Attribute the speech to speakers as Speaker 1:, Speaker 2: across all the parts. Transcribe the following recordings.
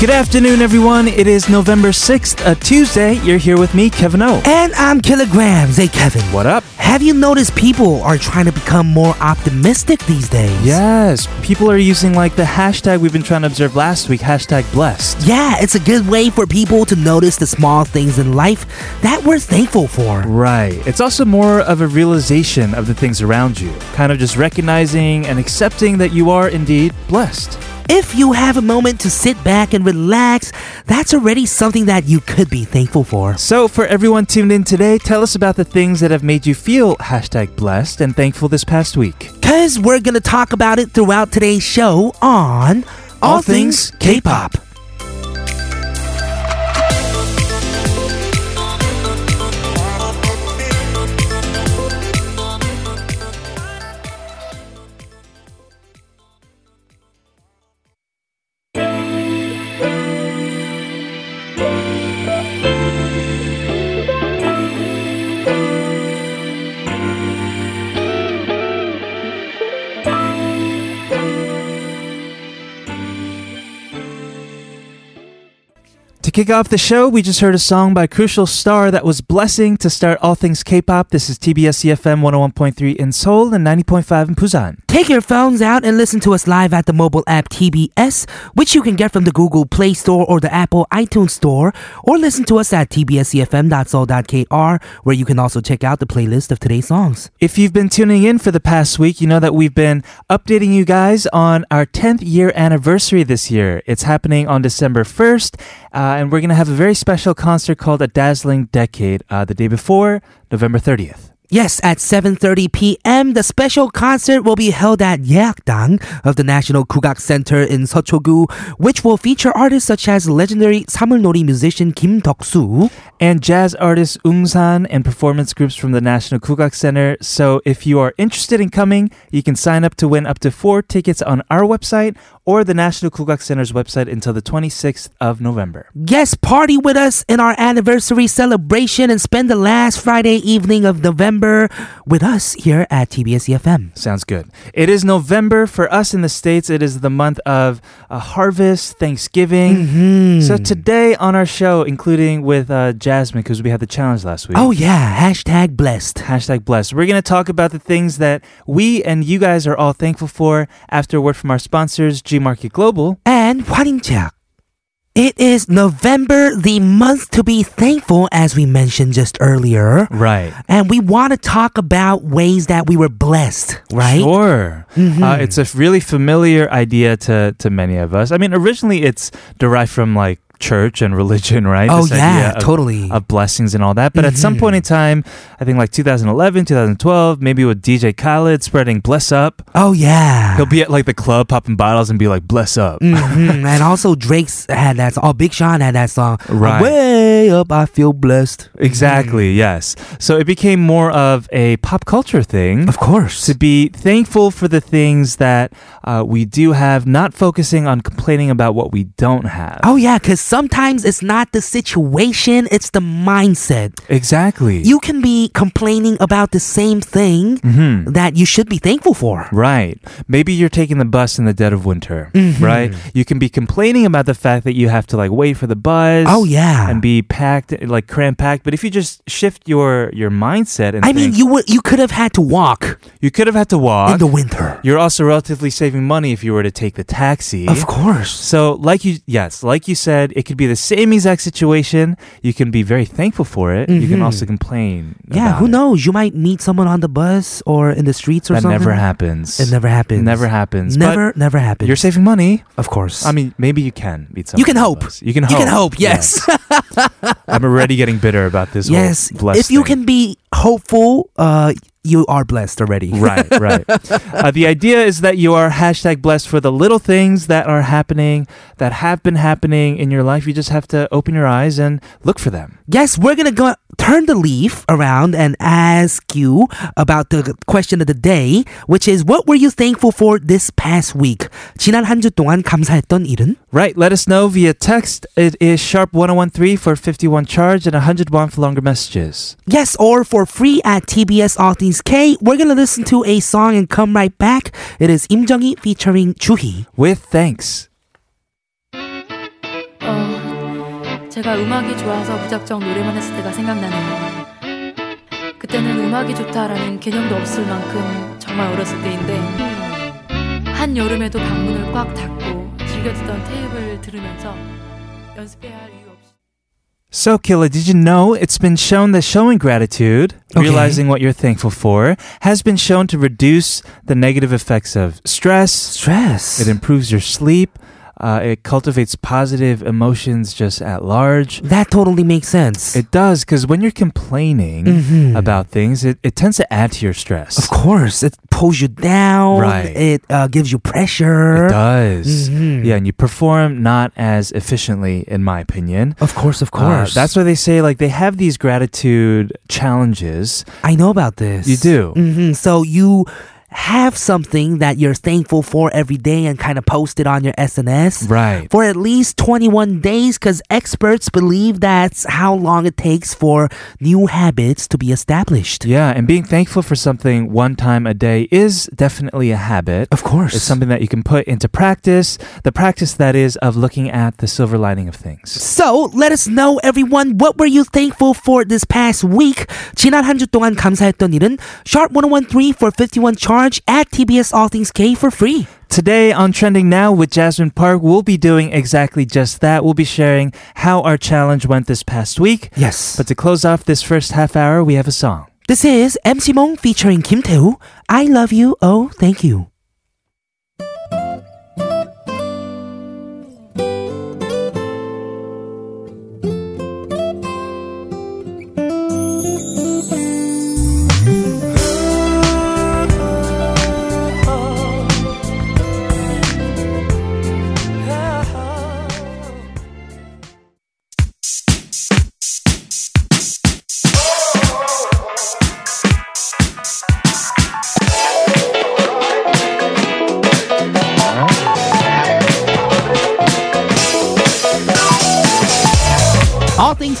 Speaker 1: Good afternoon, everyone. It is November 6th, a Tuesday. You're here with me, Kevin O.
Speaker 2: And I'm Kilograms. Hey, Kevin.
Speaker 1: What up?
Speaker 2: Have you noticed people are trying to become more optimistic these days?
Speaker 1: Yes, people are using like the hashtag we've been trying to observe last week, hashtag blessed.
Speaker 2: Yeah, it's a good way for people to notice the small things in life that we're thankful for.
Speaker 1: Right. It's also more of a realization of the things around you, kind of just recognizing and accepting that you are indeed blessed.
Speaker 2: If you have a moment to sit back and relax, that's already something that you could be thankful for.
Speaker 1: So, for everyone tuned in today, tell us about the things that have made you feel hashtag blessed and thankful this past week.
Speaker 2: Because we're going to talk about it throughout today's show on
Speaker 1: All Things K-Pop. To kick off the show, we just heard a song by Crucial Star that was Blessing to start all things K-pop. This is TBS EFM 101.3 in Seoul and 90.5 in Busan.
Speaker 2: Take your phones out and listen to us live at the mobile app TBS, which you can get from the Google Play Store or the Apple iTunes Store, or listen to us at tbscfm.soul.kr, where you can also check out the playlist of today's songs.
Speaker 1: If you've been tuning in for the past week, you know that we've been updating you guys on our 10th year anniversary this year. It's happening on December 1st, uh, and we're going to have a very special concert called A Dazzling Decade uh, the day before, November 30th.
Speaker 2: Yes, at 7:30 p.m., the special concert will be held at Yeakdang of the National Kugak Center in Seochogu, which will feature artists such as legendary Samulnori musician Kim Deok-soo.
Speaker 1: and jazz artist Ungsan and performance groups from the National Kugak Center. So if you are interested in coming, you can sign up to win up to four tickets on our website or the National Kugak Center's website until the 26th of November.
Speaker 2: Yes, party with us in our anniversary celebration and spend the last Friday evening of November with us here at TBS EFM.
Speaker 1: Sounds good. It is November for us in the States. It is the month of uh, harvest, Thanksgiving.
Speaker 2: Mm-hmm.
Speaker 1: So today on our show, including with uh, Jasmine, because we had the challenge last week.
Speaker 2: Oh yeah, hashtag blessed.
Speaker 1: Hashtag blessed. We're going to talk about the things that we and you guys are all thankful for after a word from our sponsors, G Market Global.
Speaker 2: And 환인착. It is November, the month to be thankful, as we mentioned just earlier.
Speaker 1: Right.
Speaker 2: And we want to talk about ways that we were blessed, right?
Speaker 1: Sure. Uh, it's a really familiar idea to, to many of us. I mean, originally it's derived from like church and religion, right?
Speaker 2: Oh,
Speaker 1: This
Speaker 2: yeah,
Speaker 1: idea of-
Speaker 2: totally.
Speaker 1: Of blessings and all that. But at some point in time, I think like 2011, 2012, maybe with DJ Khaled spreading bless up.
Speaker 2: oh, yeah.
Speaker 1: He'll be at like the club popping bottles and be like, bless up.
Speaker 2: Mhm. and also, Drake's had that song. Oh, Big Sean had that song.
Speaker 1: Right.
Speaker 2: Way up, I feel blessed. Mm.
Speaker 1: Exactly, yes. So it became more of a pop culture thing
Speaker 2: Of course.
Speaker 1: to be thankful for the things that uh, we do have, not focusing on complaining about what we don't have.
Speaker 2: Oh, yeah, because sometimes it's not the situation, it's the mindset.
Speaker 1: Exactly.
Speaker 2: You can be complaining about the same thing
Speaker 1: Mm-hmm.
Speaker 2: that you should be thankful for.
Speaker 1: Right. Maybe you're taking the bus in the dead of winter,
Speaker 2: Mm-hmm.
Speaker 1: right? You can be complaining about the fact that you have to like wait for the bus.
Speaker 2: Oh, yeah.
Speaker 1: And be packed like cram packed, but if you just shift your your mindset and
Speaker 2: I mean,
Speaker 1: think,
Speaker 2: you would you could have had to walk
Speaker 1: you could have had to walk.
Speaker 2: in the winter.
Speaker 1: you're also relatively saving money if you were to take the taxi.
Speaker 2: Of course.
Speaker 1: So, like you, yes, like you said, it could be the same exact situation. You can be very thankful for it. You can also complain.
Speaker 2: Mm-hmm. Yeah,
Speaker 1: about
Speaker 2: who
Speaker 1: it.
Speaker 2: knows? You might meet someone on the bus or in the streets or
Speaker 1: That
Speaker 2: something.
Speaker 1: never happens.
Speaker 2: It never happens.
Speaker 1: Never happens. But
Speaker 2: Never, never happens.
Speaker 1: You're saving money.
Speaker 2: of course.
Speaker 1: I mean, maybe you can meet someone.
Speaker 2: you can
Speaker 1: on the
Speaker 2: hope.
Speaker 1: bus. You can hope.
Speaker 2: You can hope. Yes.
Speaker 1: I'm already getting bitter about this. whole
Speaker 2: Yes.
Speaker 1: blessed
Speaker 2: if you
Speaker 1: thing.
Speaker 2: can be hopeful, uh, you are blessed already.
Speaker 1: right, right. Uh, the idea is that you are hashtag blessed for the little things that are happening, that have been happening in your life. You just have to open your eyes and look for them.
Speaker 2: Yes, we're gonna go turn the leaf around and ask you about the question of the day, which is what were you thankful for this past week? 지난 한 주 동안 감사했던 일은?
Speaker 1: Right, let us know via text. It is sharp 1013 for 51 charge and 100 won for longer messages.
Speaker 2: Yes, or for free at TBS All Things K. We're gonna listen to a song and come right back. It is Im Jung featuring Juhi.
Speaker 1: With thanks.
Speaker 3: 어, 제가 음악이 좋아서 무작정 노래만 했을 때가 생각나네요. 그때는 음악이 좋다라는 개념도 없을 만큼 정말 어렸을 때인데 한 여름에도 방문을 꽉 닫고 즐겨 듣던 테이블 들으면서 연습해야 할 이유 없이
Speaker 1: So, Killa, did you know it's been shown that showing gratitude,
Speaker 2: Okay.
Speaker 1: realizing what you're thankful for, has been shown to reduce the negative effects of stress.
Speaker 2: Stress.
Speaker 1: It improves your sleep. Uh, it cultivates positive emotions just at large.
Speaker 2: that totally makes sense.
Speaker 1: It does, because when you're complaining
Speaker 2: Mhm.
Speaker 1: about things, it, it tends to add to your stress.
Speaker 2: Of course, it pulls you down.
Speaker 1: Right.
Speaker 2: It uh, gives you pressure.
Speaker 1: It does.
Speaker 2: Mhm.
Speaker 1: Yeah, and you perform not as efficiently, in my opinion.
Speaker 2: Of course, of
Speaker 1: Uh,
Speaker 2: course.
Speaker 1: that's why they say, like, they have these gratitude challenges.
Speaker 2: I know about this.
Speaker 1: You do.
Speaker 2: hmm So you have something that you're thankful for every day and kind of post it on your SNS.
Speaker 1: Right.
Speaker 2: For at least 21 days, because experts believe that's how long it takes for new habits to be established.
Speaker 1: Yeah, and being thankful for something one time a day is definitely a habit.
Speaker 2: Of course.
Speaker 1: It's something that you can put into practice. The practice that is of looking at the silver lining of things.
Speaker 2: So, let us know everyone what were you thankful for this past week? 지난 한 주 동안 감사했던 일은 sharp 1013 for 51 charge at TBS All Things K for free.
Speaker 1: Today on Trending Now with Jasmine Park, we'll be doing exactly just that. We'll be sharing how our challenge went this past week.
Speaker 2: Yes.
Speaker 1: But to close off this first half hour, we have a song.
Speaker 2: This is MC Mong featuring Kim Tae-woo. I love you. Oh, thank you. All things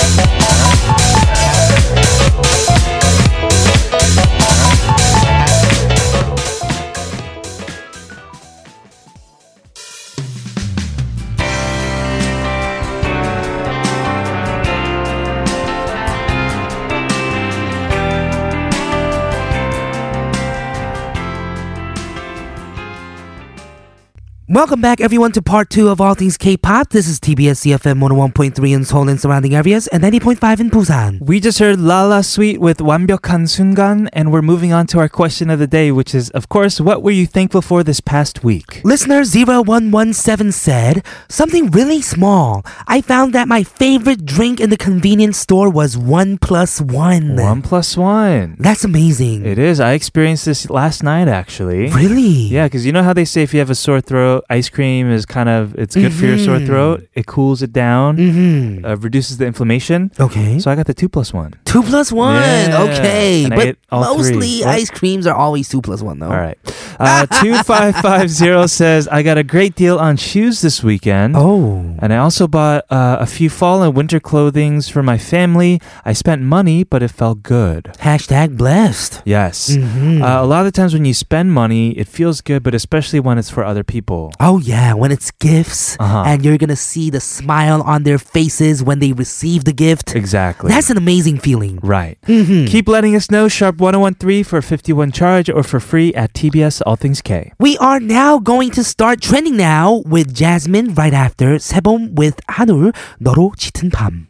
Speaker 2: Welcome back, everyone, to part two of All Things K-pop. This is TBS CFM 101.3 in Seoul and surrounding areas and 90.5 in Busan.
Speaker 1: We just heard Lala Sweet with 완벽한 순간, and we're moving on to our question of the day, which is, of course, what were you thankful for this past week?
Speaker 2: Listener 0117 said, Something really small. I found that my favorite drink in the convenience store was one plus one.
Speaker 1: One plus one.
Speaker 2: That's amazing.
Speaker 1: It is. I experienced this last night, actually.
Speaker 2: really?
Speaker 1: Yeah, because you know how they say if you have a sore throat, ice cream is kind of it's good for your sore
Speaker 2: Mhm.
Speaker 1: throat. It cools it down,
Speaker 2: Mm-hmm.
Speaker 1: uh, reduces the inflammation.
Speaker 2: Okay.
Speaker 1: So I got the two plus one.
Speaker 2: Two plus one.
Speaker 1: Yeah.
Speaker 2: Okay.
Speaker 1: And I
Speaker 2: But
Speaker 1: ate all three.
Speaker 2: mostly
Speaker 1: What?
Speaker 2: ice creams are always two plus one, though.
Speaker 1: All right. Uh, 2550 says, I got a great deal on shoes this weekend.
Speaker 2: Oh.
Speaker 1: And I also bought uh, a few fall and winter clothings for my family. I spent money, but it felt good.
Speaker 2: Hashtag blessed.
Speaker 1: Yes.
Speaker 2: Mm-hmm.
Speaker 1: Uh, a lot of times when you spend money, it feels good, but especially when it's for other people.
Speaker 2: oh, yeah. When it's gifts
Speaker 1: Uh-huh.
Speaker 2: and you're going to see the smile on their faces when they receive the gift.
Speaker 1: Exactly.
Speaker 2: That's an amazing feeling.
Speaker 1: right.
Speaker 2: Mm-hmm.
Speaker 1: Keep letting us know, sharp1013 for 51 charge or for free at TBS All Things K.
Speaker 2: We are now going to start trending now with Jasmine right after Sebom with 한울 너로 짙은 밤.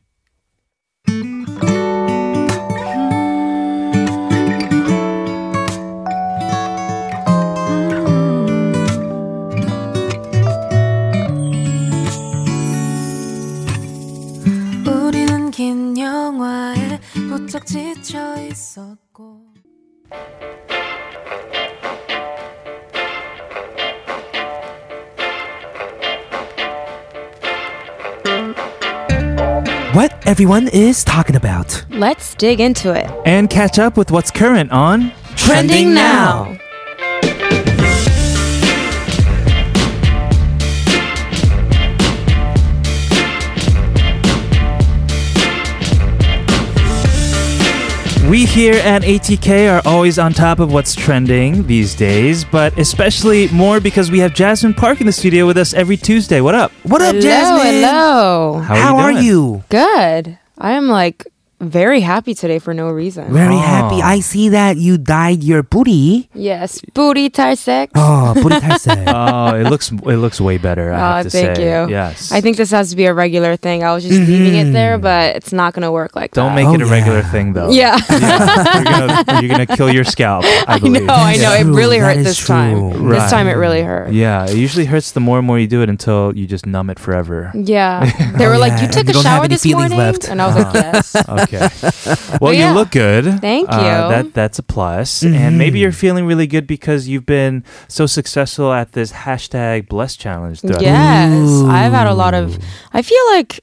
Speaker 3: 우리는 긴 영화에 부쩍 지쳐 있었고
Speaker 2: What everyone is talking about.
Speaker 4: Let's dig into it.
Speaker 1: And catch up with what's current on
Speaker 2: Trending now.
Speaker 1: We here at ATK are always on top of what's trending these days, but especially more because we have Jasmine Park in the studio with us every Tuesday. What up?
Speaker 2: What up,
Speaker 4: hello,
Speaker 2: Jasmine?
Speaker 4: Hello.
Speaker 1: How are
Speaker 2: How
Speaker 1: you?
Speaker 2: are
Speaker 1: doing?
Speaker 2: you?
Speaker 4: Good. I am like very happy today for no reason.
Speaker 2: Very
Speaker 1: Oh.
Speaker 2: happy. I see that you dyed your booty.
Speaker 4: Yes, booty 탈색.
Speaker 2: Oh, booty 탈색.
Speaker 1: oh, it looks it looks way better. I have to
Speaker 4: Oh, thank
Speaker 1: say.
Speaker 4: you.
Speaker 1: Yes.
Speaker 4: I think this has to be a regular thing. I was just
Speaker 2: Mm-hmm.
Speaker 4: leaving it there, but it's not gonna work like
Speaker 1: don't
Speaker 4: that.
Speaker 1: make
Speaker 2: Oh,
Speaker 1: it a
Speaker 2: yeah.
Speaker 1: regular thing though.
Speaker 4: Yeah.
Speaker 1: Yeah. you're, gonna, you're gonna kill your scalp. I,
Speaker 4: I
Speaker 1: believe.
Speaker 4: know. I know.
Speaker 1: Yeah.
Speaker 4: It
Speaker 2: True,
Speaker 4: really
Speaker 2: that
Speaker 4: hurt
Speaker 2: is
Speaker 4: this time.
Speaker 2: true.
Speaker 1: Right.
Speaker 4: This time it really hurt.
Speaker 1: Yeah, it usually hurts the more and more you do it until you just numb it forever.
Speaker 4: Yeah. They
Speaker 2: Oh,
Speaker 4: were like,
Speaker 2: yeah.
Speaker 4: "You took
Speaker 2: You
Speaker 4: a
Speaker 2: don't have
Speaker 4: shower
Speaker 2: any
Speaker 4: this
Speaker 2: feelings
Speaker 4: morning,"
Speaker 2: left. Uh-huh.
Speaker 4: and I was like, "Yes."
Speaker 1: Okay. Well,
Speaker 4: But
Speaker 1: you
Speaker 4: yeah.
Speaker 1: look good.
Speaker 4: Thank
Speaker 1: Uh,
Speaker 4: you.
Speaker 1: that that's a plus.
Speaker 2: Mm-hmm.
Speaker 1: And maybe you're feeling really good because you've been so successful at this hashtag bless challenge. Throughout the-
Speaker 4: Yes, I've had a lot of. I feel like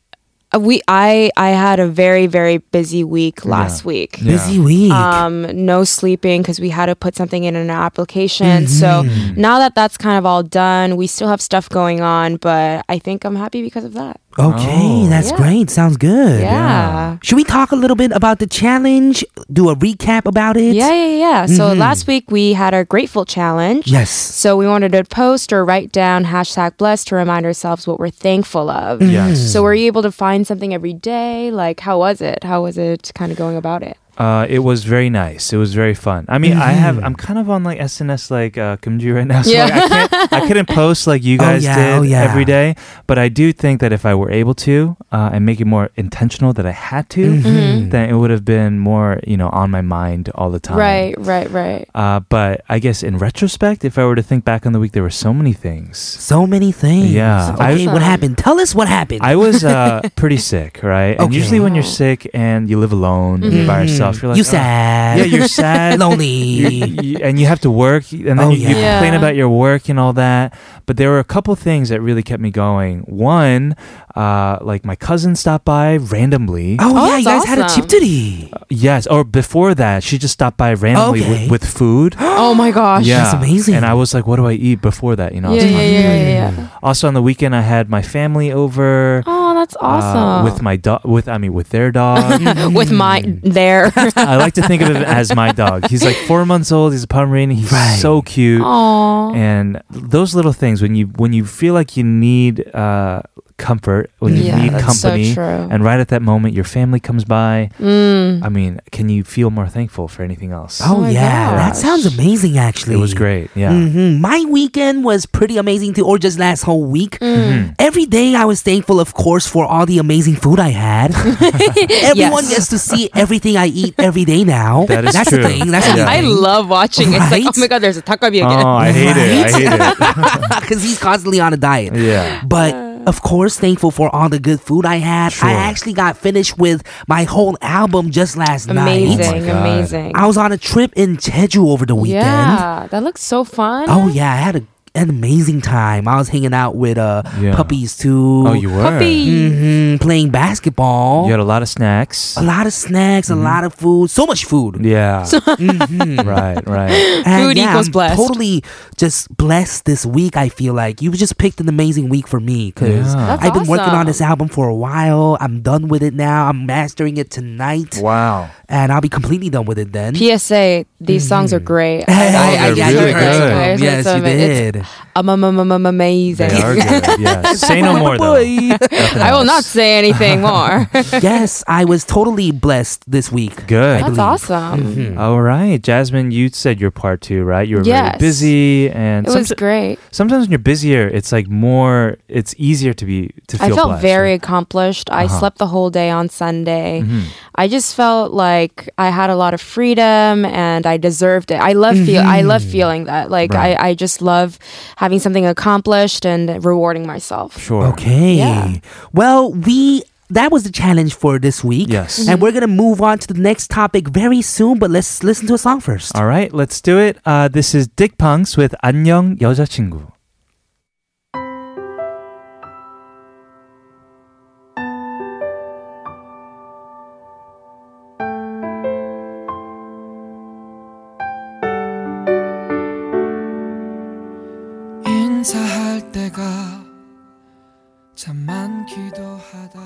Speaker 4: uh, we. I I had a very very busy week last week.
Speaker 1: Yeah.
Speaker 2: Busy week.
Speaker 4: Um, no sleeping because we had to put something in an application. So
Speaker 2: Mm-hmm.
Speaker 4: now that that's kind of all done, we still have stuff going on, but I think I'm happy because of that.
Speaker 2: okay,
Speaker 1: Oh.
Speaker 2: that's
Speaker 4: Yeah.
Speaker 2: great. Sounds good.
Speaker 4: Yeah.
Speaker 2: Should we talk a little bit about the challenge? Do a recap about it?
Speaker 4: Yeah, yeah, yeah. So last week we had our grateful challenge.
Speaker 2: Mm-hmm. Yes.
Speaker 4: So we wanted to post or write down hashtag blessed to remind ourselves what we're thankful of.
Speaker 1: Yes.
Speaker 4: Mm-hmm. So were you able to find something every day? Like how was it? How was it kind of going about it?
Speaker 1: Uh, it was very nice. It was very fun. I mean, I have I'm kind of on like SNS like uh, Kimji right now, so
Speaker 4: Mm-hmm. Yeah.
Speaker 1: like, I can't I couldn't post like you
Speaker 2: Oh,
Speaker 1: guys
Speaker 2: yeah,
Speaker 1: did
Speaker 2: oh, yeah.
Speaker 1: every day. But I do think that if I were able to uh, and make it more intentional that I had to,
Speaker 4: Mm-hmm.
Speaker 2: Mm-hmm.
Speaker 1: then it would have been more you know on my mind all the time.
Speaker 4: Right, right, right.
Speaker 1: Uh, but I guess in retrospect, if I were to think back on the week, there were so many things.
Speaker 2: So many things.
Speaker 1: Yeah,
Speaker 2: Okay,
Speaker 4: I-
Speaker 2: what happened? Tell us what happened.
Speaker 1: I was uh, pretty sick, right? And
Speaker 2: Okay.
Speaker 1: usually when you're sick and you live alone you're by yourself, you're like,
Speaker 2: Mm-hmm. you
Speaker 1: "Oh,
Speaker 2: sad.
Speaker 1: Yeah, you're sad. you,
Speaker 2: lonely.
Speaker 1: you- and you have to work, and then
Speaker 2: Oh,
Speaker 1: you, you
Speaker 2: yeah.
Speaker 1: complain
Speaker 4: Yeah.
Speaker 1: about your work and all that. But there were a couple things that really kept me going. One, uh, like my cousin stopped by randomly.
Speaker 2: Oh,
Speaker 4: Oh,
Speaker 2: yeah, you guys
Speaker 4: that's
Speaker 2: had a
Speaker 4: awesome.
Speaker 2: chip duty.
Speaker 1: Yes, or before that, she just stopped by randomly
Speaker 2: Okay.
Speaker 1: with, with food.
Speaker 4: Oh my gosh.
Speaker 1: yeah,
Speaker 2: that's amazing.
Speaker 1: And I was like, "What do I eat?" Before that, you know. I
Speaker 4: Yeah,
Speaker 1: was
Speaker 4: yeah,
Speaker 1: like,
Speaker 4: yeah, yeah, yeah.
Speaker 1: Also, on the weekend, I had my family over.
Speaker 4: Oh, that's
Speaker 1: uh,
Speaker 4: awesome.
Speaker 1: with my dog, with I mean, with their dog.
Speaker 4: with my there.
Speaker 1: I like to think of him as my dog. He's like four months old. He's a Pomeranian. He's
Speaker 2: Right.
Speaker 1: so cute.
Speaker 4: Aww.
Speaker 1: and those little things when you when you feel like you need uh, comfort when you
Speaker 4: Yeah,
Speaker 1: need
Speaker 4: that's so
Speaker 1: company
Speaker 4: true.
Speaker 1: and right at that moment your family comes by
Speaker 4: Mm.
Speaker 1: i mean can you feel more thankful for anything else
Speaker 2: Oh,
Speaker 4: my
Speaker 2: yeah, that
Speaker 4: gosh.
Speaker 2: sounds amazing. Actually,
Speaker 1: it was great yeah
Speaker 2: hmm My weekend was pretty amazing too, or just last whole week.
Speaker 4: Mm.
Speaker 1: Mm-hmm.
Speaker 2: Every day I was thankful, of course, for all the amazing food I had. Everyone gets
Speaker 4: Yes.
Speaker 2: to see everything I eat every day now.
Speaker 1: That is
Speaker 2: That's
Speaker 1: true.
Speaker 2: the thing. That's
Speaker 1: Yeah.
Speaker 4: I love watching. It's like,
Speaker 2: Right?
Speaker 4: oh my god, there's a takobi again.
Speaker 1: oh i hate it i hate
Speaker 2: because he's constantly on a diet.
Speaker 1: it yeah
Speaker 2: But of course, thankful for all the good food I had.
Speaker 1: Sure.
Speaker 2: I actually got finished with my whole album just last night.
Speaker 1: Oh my
Speaker 4: amazing,
Speaker 1: God.
Speaker 4: amazing.
Speaker 2: I was on a trip in Jeju over the weekend.
Speaker 4: Yeah, that looks so fun.
Speaker 2: Oh yeah, I had a, an amazing time. I was hanging out with uh
Speaker 1: Yeah.
Speaker 2: puppies too.
Speaker 1: oh you were
Speaker 4: puppy.
Speaker 2: hmm playing basketball.
Speaker 1: you had a lot of snacks
Speaker 2: a lot of snacks, a lot of food, so much food.
Speaker 1: Mm-hmm. yeah right right
Speaker 2: And
Speaker 4: Food
Speaker 2: yeah,
Speaker 4: equals
Speaker 2: I'm
Speaker 4: blessed.
Speaker 2: Totally, just blessed this week. I feel like you just picked an amazing week for me because
Speaker 1: Yeah.
Speaker 4: That's
Speaker 2: I've been working on
Speaker 4: awesome.
Speaker 2: this album for a while. I'm done with it now. I'm mastering it tonight,
Speaker 1: wow
Speaker 2: and I'll be completely done with it then.
Speaker 4: PSA, these songs are great.
Speaker 1: I- I- Mm-hmm. Oh, they're I- really
Speaker 4: heard
Speaker 1: good.
Speaker 4: it. I heard
Speaker 2: Yes, you
Speaker 4: some of it. It's
Speaker 2: did.
Speaker 4: am- am- am- am- amazing.
Speaker 1: they are good yeah say no more though Nothing
Speaker 4: I will
Speaker 1: else.
Speaker 4: not say anything more.
Speaker 2: yes, I was totally blessed this week.
Speaker 1: good
Speaker 4: That's awesome.
Speaker 1: all right jasmine you said your part too right you were very
Speaker 4: Yes.
Speaker 1: busy and
Speaker 4: It was
Speaker 1: someti-
Speaker 4: great.
Speaker 1: sometimes when you're busier, it's like more, it's easier to be to feel.
Speaker 4: I felt
Speaker 1: blessed,
Speaker 4: very
Speaker 1: right?
Speaker 4: accomplished. I
Speaker 1: Uh-huh. Mm-hmm.
Speaker 4: slept the whole day on Sunday. I just felt like I had a lot of freedom and I deserved it. I love feel I love feeling that. Like
Speaker 1: Mm-hmm. Right.
Speaker 4: I, I just love having something accomplished and rewarding myself.
Speaker 1: sure.
Speaker 2: Okay.
Speaker 4: Yeah.
Speaker 2: Well, we that was the challenge for this week.
Speaker 1: Yes.
Speaker 2: And we're gonna move on to the next topic very soon, but let's listen to a song first.
Speaker 1: All right, let's do it. Uh, this is Dick Punks with 안녕 여자친구.
Speaker 5: 인사할 때가 참 많기도 하다.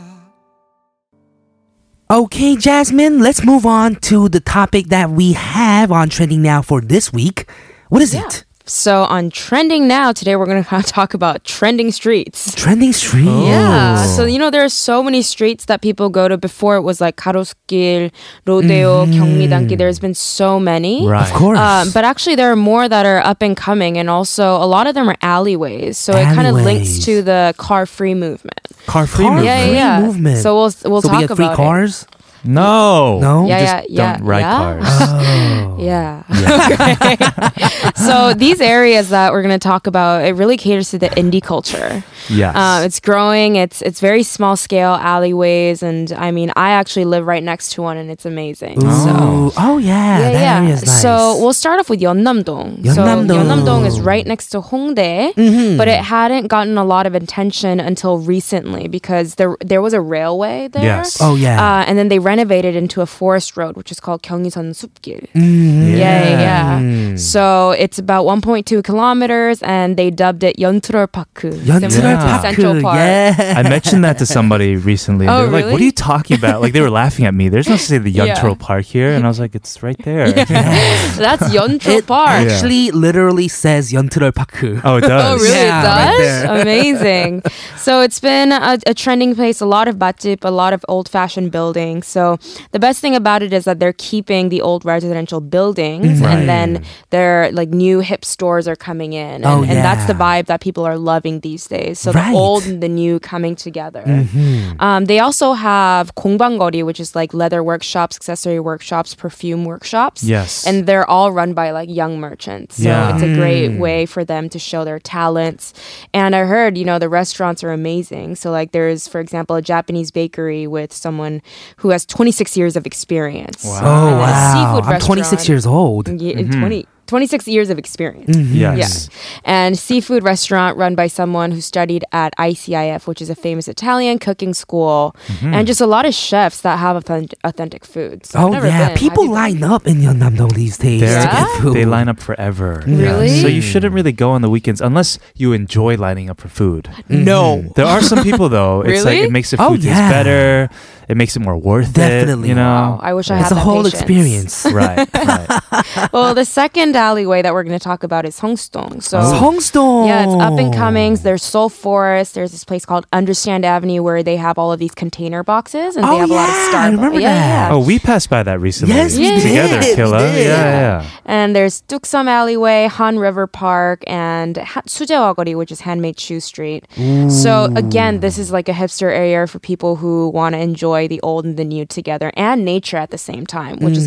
Speaker 2: Okay, Jasmine, let's move on to the topic that we have on trending now for this week. What is it?
Speaker 4: So on trending now today, we're gonna kinda talk about trending streets.
Speaker 2: Trending street.
Speaker 4: Oh, Yeah.
Speaker 2: Oh.
Speaker 4: So you know there are so many streets that people go to. Before it was like Karoskil, Rodeo, Gyeongmidangi. There's been so many.
Speaker 1: Right.
Speaker 2: Mm-hmm. Of course.
Speaker 4: Um, but actually, there are more that are up and coming, and also a lot of them are alleyways. So it kind of links
Speaker 2: Alleyways.
Speaker 4: to the car-free movement.
Speaker 1: Car free
Speaker 2: Car
Speaker 1: movement.
Speaker 4: Yeah,
Speaker 2: free
Speaker 4: yeah, yeah.
Speaker 2: movement.
Speaker 4: So we'll we'll
Speaker 2: so
Speaker 4: talk
Speaker 2: we get free
Speaker 4: about it.
Speaker 2: cars.
Speaker 1: No.
Speaker 2: No?
Speaker 1: You
Speaker 4: Yeah,
Speaker 1: just
Speaker 4: yeah,
Speaker 1: Don't
Speaker 4: yeah,
Speaker 1: ride
Speaker 4: yeah.
Speaker 1: cars.
Speaker 2: Oh.
Speaker 4: Yeah. okay. so these areas that we're going to talk about, it really caters to the indie culture.
Speaker 1: yes.
Speaker 4: Uh, it's growing. It's it's very small scale alleyways, and I mean, I actually live right next to one, and it's amazing. So.
Speaker 2: Ooh. oh yeah, that area is nice.
Speaker 4: So we'll start off with Yeonnam-dong. So
Speaker 2: Yeonnam-dong. Mm-hmm.
Speaker 4: Yeonnam-dong is right next to Hongdae, but it hadn't gotten a lot of attention until recently because there there was a railway there.
Speaker 1: Yes.
Speaker 2: Oh yeah.
Speaker 4: Uh, and then they renovated into a forest road, which is called Gyeonggi-seon Supgil.
Speaker 2: Mhm.
Speaker 4: Yeah, yeah. yeah. So it's about 1.2 kilometers, and they dubbed it Yeontrol Park.
Speaker 1: Yeah.
Speaker 2: 연트럴 파크.
Speaker 4: Central Park.
Speaker 2: Yeah.
Speaker 1: I mentioned that to somebody recently. and
Speaker 4: Oh,
Speaker 1: they were like, "What are you
Speaker 4: really?
Speaker 1: talking about?" Like they were laughing at me. There's no say the
Speaker 4: Yeah.
Speaker 1: Yuntril Park here, and I was like, "It's right there."
Speaker 4: That's
Speaker 2: It
Speaker 4: Yeontrol Park.
Speaker 1: Yeah.
Speaker 2: actually literally says 연트럴 파크.
Speaker 1: Oh, it
Speaker 4: Oh,
Speaker 1: does.
Speaker 4: really?
Speaker 2: Yeah, right
Speaker 4: it does? Amazing. so it's been a, a trending place, a lot of batip, a lot of old fashioned buildings. So the best thing about it is that they're keeping the old residential buildings
Speaker 1: Right.
Speaker 4: and then their like new hip stores are coming in. And,
Speaker 2: Oh,
Speaker 4: and that's the
Speaker 2: yeah.
Speaker 4: vibe that people are loving these days. So
Speaker 2: Right. Mm-hmm.
Speaker 4: the old and the new coming together. Um, they also have 공방거리, which is like leather workshops, accessory workshops, perfume workshops.
Speaker 1: Yes.
Speaker 4: And they're all run by like young merchants. So
Speaker 1: Yeah.
Speaker 4: it's a great
Speaker 2: Mm.
Speaker 4: way for them to show their talents. And I heard, you know, the restaurants are amazing. So like there's, for example, a Japanese bakery with someone who has 26 years of experience.
Speaker 1: Wow.
Speaker 2: Oh
Speaker 4: And a
Speaker 2: wow.
Speaker 4: Uh, seafood
Speaker 2: I'm 26
Speaker 4: restaurant. Mm,
Speaker 2: years Mm-hmm. Mm, old.
Speaker 4: Yeah, 20, 26 years of experience.
Speaker 1: Yes.
Speaker 4: Yeah. And seafood restaurant run by someone who studied at ICIF, which is a famous Italian cooking school,
Speaker 2: Mm-hmm.
Speaker 4: and just a lot of chefs that have authentic, authentic foods. So I've
Speaker 2: Oh
Speaker 4: never
Speaker 2: yeah,
Speaker 4: been.
Speaker 2: people
Speaker 4: Have you
Speaker 2: line up in Yeonnam-dong these days
Speaker 1: They're-
Speaker 2: to get food.
Speaker 1: They line up forever.
Speaker 4: Really?
Speaker 1: So you shouldn't really go on the weekends unless you enjoy lining up for food.
Speaker 4: been? No.
Speaker 1: There are some people though. It's like
Speaker 4: Really?
Speaker 1: it makes the food
Speaker 2: Oh,
Speaker 1: taste
Speaker 2: yeah.
Speaker 1: better. It makes it more worth
Speaker 2: Definitely.
Speaker 1: it. You know.
Speaker 4: Wow, I wish I
Speaker 2: It's
Speaker 4: had
Speaker 2: a
Speaker 4: that
Speaker 2: whole
Speaker 4: patience.
Speaker 2: experience.
Speaker 1: right. Right.
Speaker 4: well, the second alleyway that we're going to talk about is Hongstong. So
Speaker 2: Seongstong.
Speaker 4: Yeah, it's up and comings. There's Seoul Forest. There's this place called Understand Avenue where they have all of these container boxes and
Speaker 2: Oh,
Speaker 4: they have a lot of
Speaker 2: yeah,
Speaker 4: Starbucks.
Speaker 2: I remember
Speaker 4: yeah,
Speaker 2: that.
Speaker 4: yeah.
Speaker 1: Oh, we passed by that recently.
Speaker 2: Yes, we
Speaker 1: together,
Speaker 2: did, we
Speaker 1: Killa.
Speaker 2: did.
Speaker 1: Yeah, yeah.
Speaker 4: And there's Duksum Alleyway, Han River Park, and ha- Sujewagori, which is Handmade Shoe Street. So again, this is like a hipster area for people who want to enjoy the old and the new together and nature at the same time, which is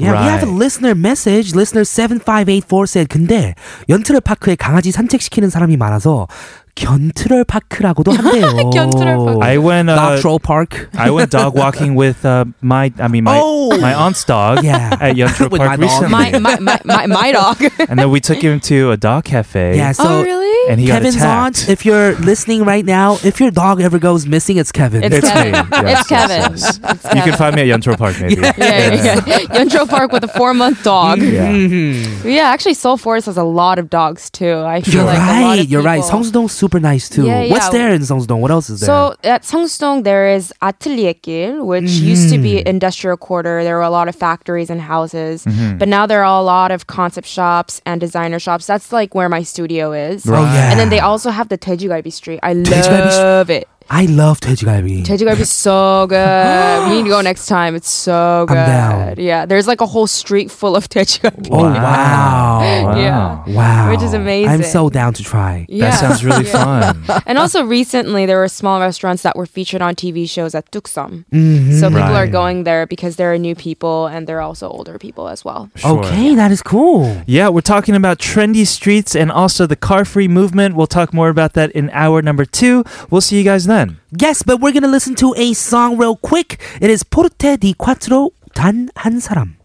Speaker 2: Mm. Yeah, we have a
Speaker 1: Right.
Speaker 2: listener message. Listener 7584 said, 근데 연트럴 파크에 강아지 산책시키는 사람이 많아서 견트럴 파크라고도 한대요.
Speaker 4: 견트럴 파크.
Speaker 1: I went. Uh,
Speaker 2: Doctoral Park.
Speaker 1: I went dog walking with uh, my. I mean, my
Speaker 2: Oh.
Speaker 1: my aunt's dog.
Speaker 2: Yeah.
Speaker 1: At Yuntra
Speaker 2: With my
Speaker 1: Park
Speaker 2: dog.
Speaker 1: recently,
Speaker 4: My, my, my, my, my dog.
Speaker 1: and then we took him to a dog cafe.
Speaker 2: Yeah, so
Speaker 4: oh, really?
Speaker 1: And he
Speaker 2: Kevin's
Speaker 1: got attacked.
Speaker 2: aunt, if you're listening right now, if your dog ever goes missing, it's Kevin.
Speaker 4: It's-
Speaker 1: It's
Speaker 4: Kevin.
Speaker 1: me. Yes, yes,
Speaker 4: It's Kevin.
Speaker 1: yes.
Speaker 4: It's
Speaker 1: You
Speaker 4: Kevin.
Speaker 1: can find me at Yuntra Park, maybe.
Speaker 4: yeah, yeah, yeah. Yontril Park with a four month dog.
Speaker 1: Yeah.
Speaker 4: Yeah.
Speaker 2: Mhm.
Speaker 4: actually, Seoul Forest has a lot of dogs too. I feel
Speaker 2: You're
Speaker 4: like a lot
Speaker 2: right.
Speaker 4: of
Speaker 2: You're right.
Speaker 4: people-
Speaker 2: Seongsu동's super nice too.
Speaker 4: Yeah,
Speaker 2: What's
Speaker 4: yeah.
Speaker 2: there in Seongsu동? What else is there?
Speaker 4: So at Seongstong there is Atelier길, which used to
Speaker 2: Mm-hmm.
Speaker 4: be industrial quarter. There were a lot of factories and houses,
Speaker 2: Mm-hmm.
Speaker 4: but now there are a lot of concept shops and designer shops. That's like where my studio is.
Speaker 2: oh yeah.
Speaker 4: uh, And then they also have the Tejugalbi Street. I
Speaker 2: 돼지갈비 시-
Speaker 4: love it.
Speaker 2: I love 돼지갈비.
Speaker 4: Tejugalbi is so good. we need to go next time. It's so
Speaker 2: I'm
Speaker 4: good.
Speaker 2: down.
Speaker 4: Yeah, there's like a whole street full of Tejugalbi.
Speaker 2: oh
Speaker 1: Wow.
Speaker 2: wow.
Speaker 4: Yeah.
Speaker 2: Wow.
Speaker 4: Which is
Speaker 2: I'm
Speaker 4: amazing.
Speaker 2: so down to try.
Speaker 1: That sounds really fun.
Speaker 4: And also recently, there were small restaurants that were featured on TV shows at Tuksum.
Speaker 2: Mhm.
Speaker 4: So people
Speaker 1: Right.
Speaker 4: are going there because there are new people and there are also older people as well.
Speaker 1: Sure.
Speaker 2: Okay, that is cool.
Speaker 1: Yeah, we're talking about trendy streets and also the car free movement. We'll talk more about that in hour number two. We'll see you guys then.
Speaker 2: Yes, but we're gonna listen to a song real quick. It is Porte di Quattro 단 한 사람.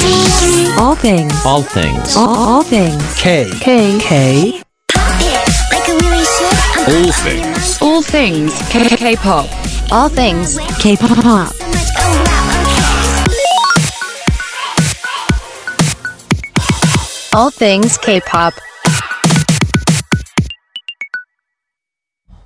Speaker 6: things.
Speaker 7: All things.
Speaker 6: All, all things.
Speaker 7: K.
Speaker 6: K. K.
Speaker 7: All things.
Speaker 6: All things. K. K. Pop. All things. K. Pop. All things K. Pop.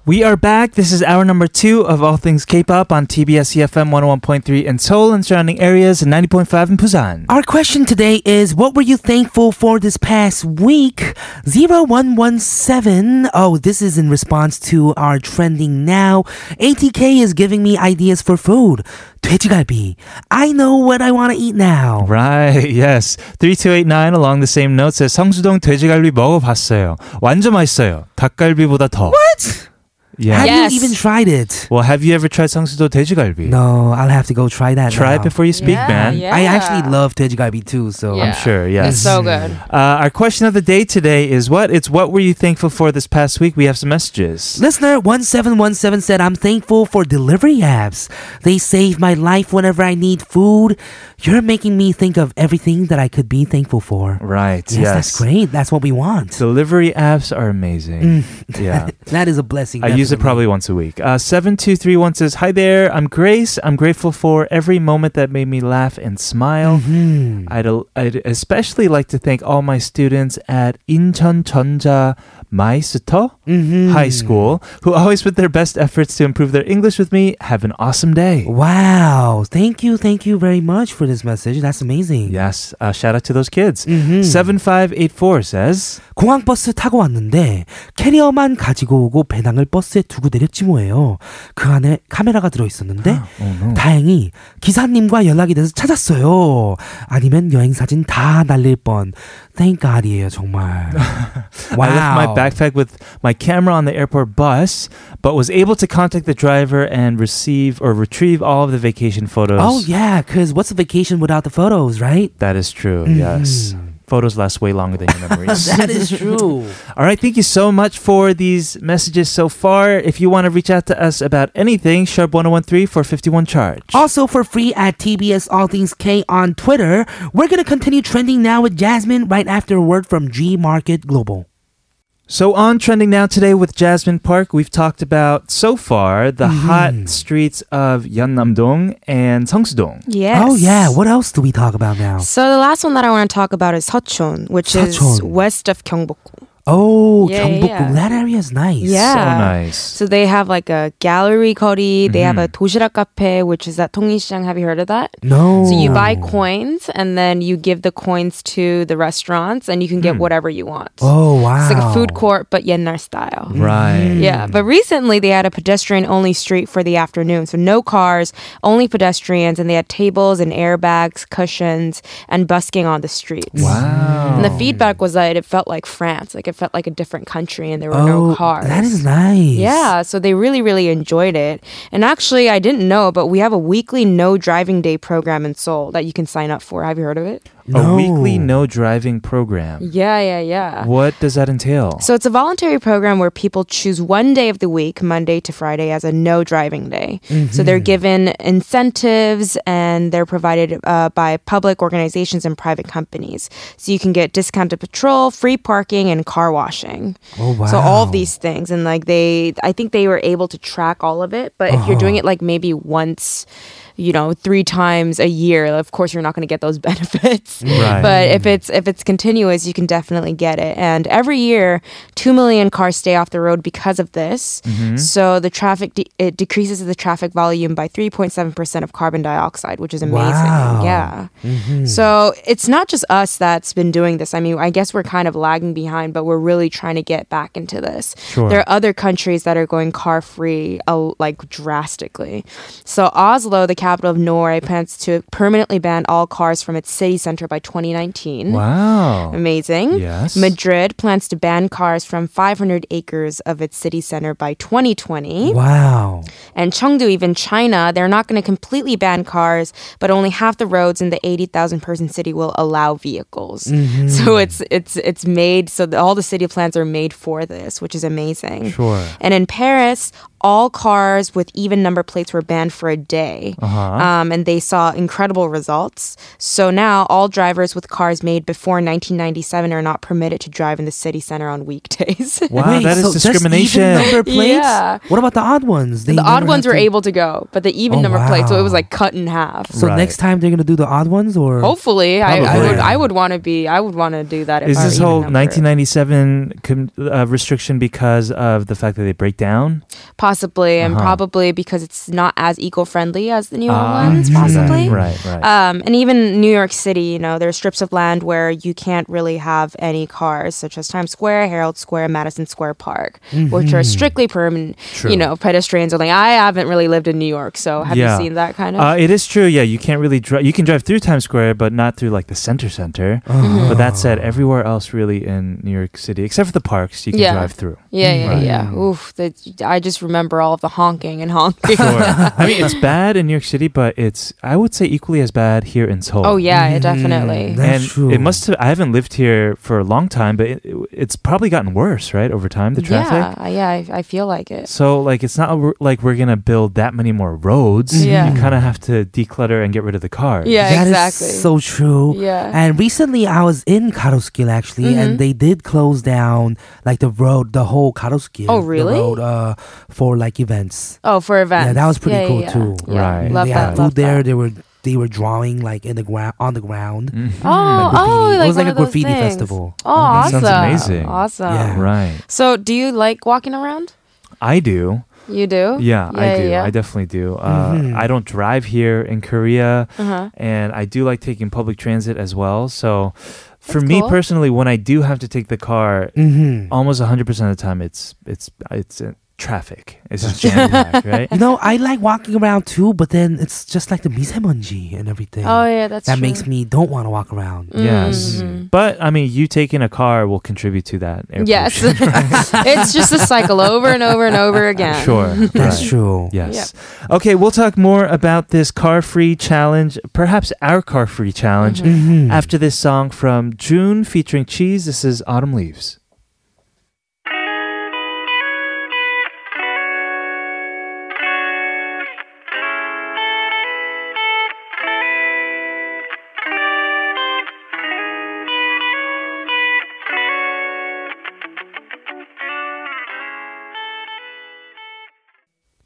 Speaker 1: We are back. This is hour number two of All Things K-pop on TBS EFM 101.3 in Seoul and surrounding areas and 90.5 in Busan.
Speaker 2: Our question today is What were you thankful for this past week? 0117. Oh, this is in response to our trending now. ATK is giving me ideas for food. 돼지갈비. I know what I want to eat now.
Speaker 1: Right, yes. 3289 along the same note says 성수동 돼지갈비 먹어봤어요. 완전 맛있어요. 닭갈비보다 더.
Speaker 2: What?
Speaker 1: Yeah.
Speaker 2: Have
Speaker 4: Yes.
Speaker 2: you even tried it?
Speaker 1: Well, have you ever tried 성수도 돼지갈비?
Speaker 2: No, I'll have to go try that.
Speaker 1: Try
Speaker 2: now.
Speaker 1: it before you speak, man.
Speaker 4: yeah.
Speaker 2: I actually love 돼지갈비 too, so.
Speaker 1: I'm sure, yes.
Speaker 4: It's so good.
Speaker 1: Uh, our question of the day today is what? It's what were you thankful for this past week? We have some messages.
Speaker 2: Listener 1717 said, I'm thankful for delivery apps. They save my life whenever I need food. You're making me think of everything that I could be thankful for.
Speaker 1: Right, yes.
Speaker 2: Yes, that's great. Mm. That's what we want.
Speaker 1: Delivery apps are amazing. Yeah.
Speaker 2: That is a blessing.
Speaker 1: I use it
Speaker 2: definitely.
Speaker 1: probably once a week. Uh, 7231 says, Hi there, I'm Grace. I'm grateful for every moment that made me laugh and smile.
Speaker 2: Hmm.
Speaker 1: I'd, al- I'd especially like to thank all my students at Incheon Jeonja Maisuto
Speaker 2: Mm-hmm.
Speaker 1: High School who always put their best efforts to improve their English with me. Have an awesome day.
Speaker 2: Wow. Thank you. Thank you very much for this message. That's amazing.
Speaker 1: Yes, uh, shout out to those kids.
Speaker 2: Mm-hmm.
Speaker 1: 7584 says,
Speaker 2: 공항버스 타고 왔는데 캐리어만 가지고 오고 배낭을 버스에 두고 내렸지 뭐예요. 그 안에 카메라가 아, 들어 있었는데 다행히 기사님과 연락이 돼서 찾았어요. 아니면 여행 사진 다 날릴 뻔. Thank God이에요 정말.
Speaker 1: I left my backpack with my camera on the airport bus, but was able to contact the driver and receive or retrieve all of the vacation photos.
Speaker 2: Oh yeah, cause what's a vacation without the photos, right?
Speaker 1: That is true,
Speaker 2: Mm-hmm.
Speaker 1: yes. Photos last way longer than your memories.
Speaker 2: That is true.
Speaker 1: All right, thank you so much for these messages so far. If you want to reach out to us about anything, sharp 1013 for 51 charge.
Speaker 2: Also for free at TBS All Things K on Twitter. We're gonna continue trending now with Jasmine right after a word from G Market Global.
Speaker 1: So on trending now today with Jasmine Park, we've talked about so far the hot streets of Yeonnam-dong and Seongsu-dong.
Speaker 4: Yes.
Speaker 2: Oh yeah, what else do we talk about now?
Speaker 4: So the last one that I want to talk about is Seocheon, which is
Speaker 2: Seocheon.
Speaker 4: west of Gyeongbokgung.
Speaker 2: Oh,
Speaker 4: Yeah,
Speaker 2: 경복궁.
Speaker 4: yeah.
Speaker 2: That area is nice.
Speaker 1: So
Speaker 4: Yeah.
Speaker 1: Oh, nice.
Speaker 4: So they have like a gallery 거리. They have a 도시락 cafe, which is at Tongishang. Have you heard of that?
Speaker 2: No.
Speaker 4: So you buy coins and then you give the coins to the restaurants and you can get whatever you want.
Speaker 2: Hmm. Oh wow. Hmm.
Speaker 4: It's like a food court, but Yennar style.
Speaker 1: Right.
Speaker 4: Yeah, but recently they had a pedestrian only street for the afternoon. So no cars, only pedestrians, and they had tables and airbags, cushions, and busking on the streets.
Speaker 1: Wow.
Speaker 4: And the feedback was that it felt like France, like it felt like a different country, and there were
Speaker 2: Oh,
Speaker 4: no cars.
Speaker 2: that is nice.
Speaker 4: Yeah, so they really, really enjoyed it. And actually, I didn't know, but we have a weekly no driving day program in Seoul that you can sign up for. Have you heard of it?
Speaker 1: A
Speaker 2: No.
Speaker 1: weekly no driving program.
Speaker 4: Yeah, yeah, yeah.
Speaker 1: What does that entail?
Speaker 4: So it's a voluntary program where people choose one day of the week, Monday to Friday, as a no driving day. So they're given incentives and they're provided uh, by public organizations and private companies. So you can get discounted patrol, free parking, and car washing.
Speaker 2: Oh wow.
Speaker 4: So all of these things, and like they, I think they were able to track all of it. But if you're doing it like maybe once, you know, three times a year, of course you're not going to get those benefits.
Speaker 1: Right.
Speaker 4: But if it's if it's continuous, you can definitely get it. And every year, two million cars stay off the road because of this. So the traffic de- it decreases the traffic volume by 3.7 percent of carbon dioxide, which is amazing.
Speaker 2: Wow.
Speaker 4: Yeah.
Speaker 1: Mm-hmm.
Speaker 4: So it's not just us that's been doing this. I mean, I guess we're kind of lagging behind, but we're really trying to get back into this.
Speaker 1: Sure.
Speaker 4: There are other countries that are going car free, uh, like drastically. So Oslo, the capital of Norway, plans to permanently ban all cars from its city center by 2019.
Speaker 1: wow.
Speaker 4: Amazing.
Speaker 1: Yes.
Speaker 4: Madrid plans to ban cars from 500 acres of its city center by 2020.
Speaker 2: Wow.
Speaker 4: And Chengdu, even China, they're not going to completely ban cars, but only half the roads in the 80,000 person city will allow vehicles.
Speaker 2: Mm-hmm.
Speaker 4: So it's it's it's made so that all the city plans are made for this, which is amazing.
Speaker 1: Sure.
Speaker 4: And in Paris, all cars with even number plates were banned for a day.
Speaker 1: Uh-huh.
Speaker 2: Uh-huh.
Speaker 4: Um, and they saw incredible results. So now all drivers with cars made before 1997 are not permitted to drive in the city center on weekdays.
Speaker 1: Wow,
Speaker 2: Wait,
Speaker 1: that is
Speaker 2: so just even
Speaker 1: discrimination.
Speaker 2: number plates?
Speaker 4: Yeah.
Speaker 2: What about the odd ones? They
Speaker 4: the odd
Speaker 2: never
Speaker 4: ones
Speaker 2: have
Speaker 4: were
Speaker 2: to-
Speaker 4: able to go, but the even
Speaker 2: Oh,
Speaker 4: number plates, so it was
Speaker 2: wow.
Speaker 4: like cut in half.
Speaker 2: So
Speaker 1: Right.
Speaker 2: next time they're gonna do the odd ones, or
Speaker 4: Hopefully, I, I
Speaker 2: Probably.
Speaker 4: would. I would want to be. I would want to do that. If
Speaker 1: Is
Speaker 4: I were
Speaker 1: this
Speaker 4: even
Speaker 1: whole
Speaker 4: numbered.
Speaker 1: 1997 com- uh, restriction because of the fact that they break down?
Speaker 4: possibly and
Speaker 1: Uh-huh.
Speaker 4: probably because it's not as eco-friendly as the newer
Speaker 1: Ah,
Speaker 4: ones,
Speaker 1: true that.
Speaker 4: possibly.
Speaker 1: Right, right.
Speaker 4: Um, and even New York City, you know, there are strips of land where you can't really have any cars, such as Times Square, Herald Square, Madison Square Park, which are strictly permanent.
Speaker 1: Mm-hmm. True.
Speaker 4: You know, pedestrians only. I haven't really lived in New York, so have
Speaker 1: Yeah.
Speaker 4: you seen that kind of?
Speaker 1: Uh, it is true. Yeah, you can't really drive. You can drive through Times Square, but not through like the center center.
Speaker 2: Oh.
Speaker 1: But that said, everywhere else really in New York City, except for the parks, you can
Speaker 4: Yeah.
Speaker 1: drive through.
Speaker 4: yeah, yeah,
Speaker 1: Right.
Speaker 4: yeah. Oof, that I just remember all of the honking and honking.
Speaker 1: Sure. I mean, it's bad in New York City, but it's I would say equally as bad here in Seoul.
Speaker 4: oh yeah, it definitely.
Speaker 2: That's
Speaker 1: and
Speaker 2: true.
Speaker 1: it must have. I haven't lived here for a long time, but it, it's probably gotten worse, right, over time. The traffic.
Speaker 4: Yeah, I- yeah, I, I feel like it.
Speaker 1: So like it's not we're- like we're gonna build that many more roads.
Speaker 4: Yeah.
Speaker 1: You kind of have to declutter and get rid of the cars.
Speaker 4: Yeah,
Speaker 2: That is
Speaker 4: exactly.
Speaker 2: so true.
Speaker 4: Yeah.
Speaker 2: And recently I was in Karoskil actually,
Speaker 4: Mm-hmm.
Speaker 2: and they did close down like the road, the whole Karoskil.
Speaker 4: Oh,
Speaker 2: the
Speaker 4: really?
Speaker 2: road, uh, for like events.
Speaker 4: oh, for events.
Speaker 2: Yeah, that was pretty cool, too.
Speaker 4: Yeah.
Speaker 1: Right.
Speaker 4: Love
Speaker 2: they
Speaker 4: that.
Speaker 2: had
Speaker 4: love
Speaker 2: food there.
Speaker 4: that.
Speaker 2: They were they were drawing like in the ground on the ground.
Speaker 1: Mm-hmm.
Speaker 4: Oh, oh,
Speaker 2: graffiti. It
Speaker 4: like
Speaker 2: was like
Speaker 4: one
Speaker 2: a
Speaker 4: of those
Speaker 2: graffiti
Speaker 4: things.
Speaker 2: festival.
Speaker 4: Oh, awesome!
Speaker 1: sounds amazing.
Speaker 4: Awesome.
Speaker 2: Yeah.
Speaker 1: Right.
Speaker 4: So, do you like walking around?
Speaker 1: I do.
Speaker 4: You do?
Speaker 1: Yeah, I
Speaker 4: Oh. Yeah,
Speaker 1: do.
Speaker 4: yeah.
Speaker 1: I definitely do. Uh, I don't drive here in Korea,
Speaker 4: Uh-huh.
Speaker 1: and I do like taking public transit as well. So, for
Speaker 4: That's
Speaker 1: me
Speaker 4: cool.
Speaker 1: personally, when I do have to take the car,
Speaker 2: Mm-hmm.
Speaker 1: almost 100 percent of the time, it's it's it's uh, traffic. It's just jam packed, right?
Speaker 2: You know, I like walking around too, but then it's just like the misemonji and everything.
Speaker 4: Oh yeah, that's
Speaker 2: that
Speaker 4: true. Mm-hmm.
Speaker 2: makes me don't want to walk around.
Speaker 1: Yes, but I mean, you taking a car will contribute to that. air
Speaker 4: Yes,
Speaker 1: pollution.
Speaker 4: it's just a cycle over and over and over again.
Speaker 1: sure.
Speaker 2: That's
Speaker 1: right.
Speaker 2: true.
Speaker 1: Yes. Okay, we'll talk more about this car free challenge, perhaps our car free challenge,
Speaker 4: Mm-hmm.
Speaker 2: Mm. Mm-hmm.
Speaker 1: after this song from June featuring Cheese. This is Autumn Leaves.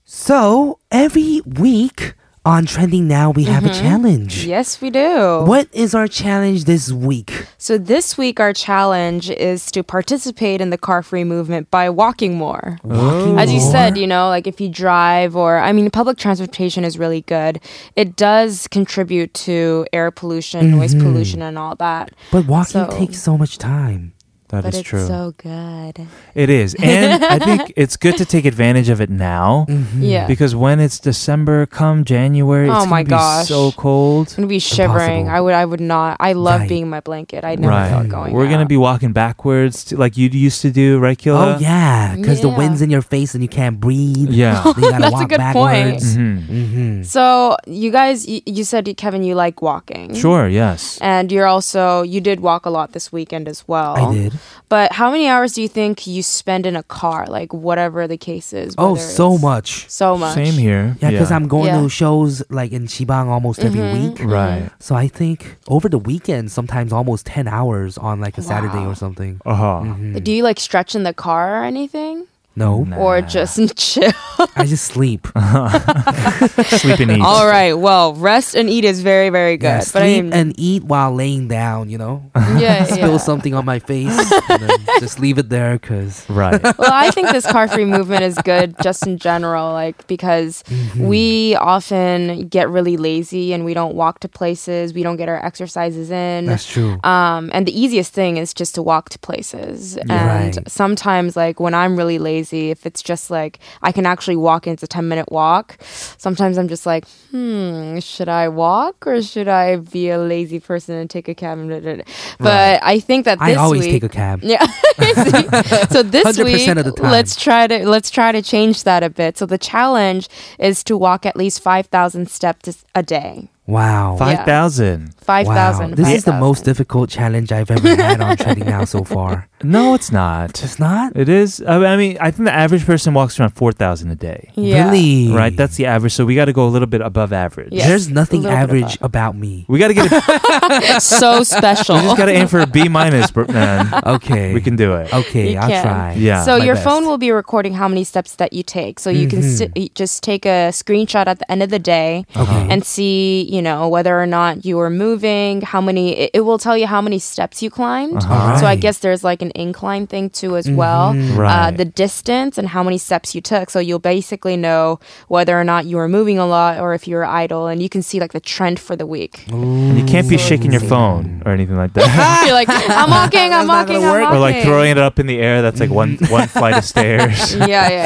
Speaker 2: So every week on Trending Now, we have a
Speaker 4: Mm-hmm.
Speaker 2: challenge.
Speaker 4: Yes, we do.
Speaker 2: What is our challenge this week?
Speaker 4: So this week our challenge is to participate in the car free movement by walking more.
Speaker 2: Walking
Speaker 4: As you
Speaker 2: more?
Speaker 4: said, you know, like if you drive or I mean public transportation is really good. It does contribute to air pollution, noise
Speaker 2: Mm-hmm.
Speaker 4: pollution and all that.
Speaker 2: But walking
Speaker 4: So-
Speaker 2: takes so much time.
Speaker 1: That is
Speaker 4: but it's
Speaker 1: true.
Speaker 4: so good.
Speaker 1: it is. And I think it's good to take advantage of it now
Speaker 2: Mm. Mm-hmm.
Speaker 4: Yeah.
Speaker 1: because when it's December, come January,
Speaker 4: Oh
Speaker 1: it's
Speaker 4: my
Speaker 1: going to be
Speaker 4: gosh.
Speaker 1: so cold.
Speaker 4: I'm gonna be shivering.
Speaker 2: Impossible.
Speaker 4: I would I would not I love
Speaker 2: Right.
Speaker 4: being in my blanket. I never felt going.
Speaker 1: We're going to
Speaker 4: out.
Speaker 1: be walking backwards to, like you used to do, right, Killa?
Speaker 2: Oh yeah, because the
Speaker 4: Yeah.
Speaker 2: wind's in your face and you can't breathe.
Speaker 1: Yeah.
Speaker 2: So you gotta
Speaker 4: That's a
Speaker 2: walk
Speaker 4: good point.
Speaker 2: backwards.
Speaker 1: Mhm.
Speaker 2: Mm-hmm.
Speaker 4: So you guys you, you said Kevin you like walking.
Speaker 1: Sure, yes.
Speaker 4: Mm-hmm. And you're also you did walk a lot this weekend as well.
Speaker 2: I did.
Speaker 4: But how many hours do you think you spend in a car? Like whatever the case is.
Speaker 2: Oh,
Speaker 4: whether
Speaker 2: so
Speaker 4: it's-
Speaker 2: much.
Speaker 4: So much.
Speaker 1: Same here.
Speaker 2: Yeah, because I'm going
Speaker 4: Yeah.
Speaker 2: to
Speaker 4: Mm-hmm.
Speaker 2: shows like in Shibang almost every week.
Speaker 1: Right.
Speaker 2: So I think over the weekend, sometimes almost 10 hours on like a Saturday or something. Mm-hmm.
Speaker 1: Uh huh.
Speaker 2: Mm.
Speaker 4: Do you like stretch in the car or anything,
Speaker 2: No,
Speaker 4: or just chill?
Speaker 2: I just sleep.
Speaker 1: Sleep and eat.
Speaker 4: All right. Well, rest and eat is very very good.
Speaker 2: Yeah,
Speaker 4: but I
Speaker 2: sleep
Speaker 4: mean,
Speaker 2: and eat while laying down, you know?
Speaker 4: yeah,
Speaker 2: Spill
Speaker 4: yeah.
Speaker 2: something on my face and then just leave it there because.
Speaker 1: Right.
Speaker 4: well, I think this car free movement is good just in general, like because
Speaker 2: Hmm. mm-hmm,
Speaker 4: we often get really lazy and we don't walk to places, we don't get our exercises in.
Speaker 2: That's true.
Speaker 4: Um, and the easiest thing is just to walk to places. And
Speaker 2: Right.
Speaker 4: sometimes, like when I'm really lazy, if it's just like I can actually walk and it's a 10 minute walk, sometimes I'm just like, hmm, should I walk or should I be a lazy person and take a cab? But I think that
Speaker 2: I
Speaker 4: this
Speaker 2: always
Speaker 4: week,
Speaker 2: take a cab.
Speaker 4: yeah. See? so this
Speaker 2: 100%
Speaker 4: week,
Speaker 2: of the time.
Speaker 4: let's try to let's try to change that a bit. So the challenge is to walk at least five thousand steps a day.
Speaker 2: Wow.
Speaker 1: Five thousand.
Speaker 2: wow.
Speaker 4: 5,000.
Speaker 2: This is the
Speaker 4: 5,000.
Speaker 2: most difficult challenge I've ever had on treading now so far.
Speaker 1: No, it's not.
Speaker 2: It's not?
Speaker 1: It is. uh, I mean- I mean, I think the average person walks around four thousand a day.
Speaker 4: Yeah.
Speaker 2: Really?
Speaker 1: Right, that's the average. So we got to go a little bit above average.
Speaker 4: Yes,
Speaker 2: There's
Speaker 4: a
Speaker 2: nothing
Speaker 4: little bit of
Speaker 2: average about me.
Speaker 1: We got to get. A,
Speaker 4: so special.
Speaker 1: we just got to aim for a B minus, bro- man.
Speaker 2: Okay.
Speaker 1: We can do it.
Speaker 2: Okay,
Speaker 4: You
Speaker 2: I'll
Speaker 4: can.
Speaker 2: try.
Speaker 1: Yeah.
Speaker 4: so
Speaker 2: my
Speaker 4: your
Speaker 2: best.
Speaker 4: phone will be recording how many steps that you take. So you can si- you just take a screenshot at the end of the day
Speaker 2: Okay.
Speaker 1: uh-huh.
Speaker 4: and see, you know, whether or not you are moving, how many it, it will tell you how many steps you climbed.
Speaker 1: Uh-huh.
Speaker 4: So I
Speaker 2: Alright.
Speaker 4: guess there's like an incline thing too as well. Uh,
Speaker 1: Right.
Speaker 4: the distance and how many steps you took. So you'll basically know whether or not you were moving a lot or if you were idle and you can see like the trend for the week.
Speaker 1: And you can't be shaking your phone or anything like that,
Speaker 4: You're like, I'm walking, I'm walking, I'm walking.
Speaker 1: or like throwing it up in the air. That's like one one flight of stairs.
Speaker 4: Yeah, yeah,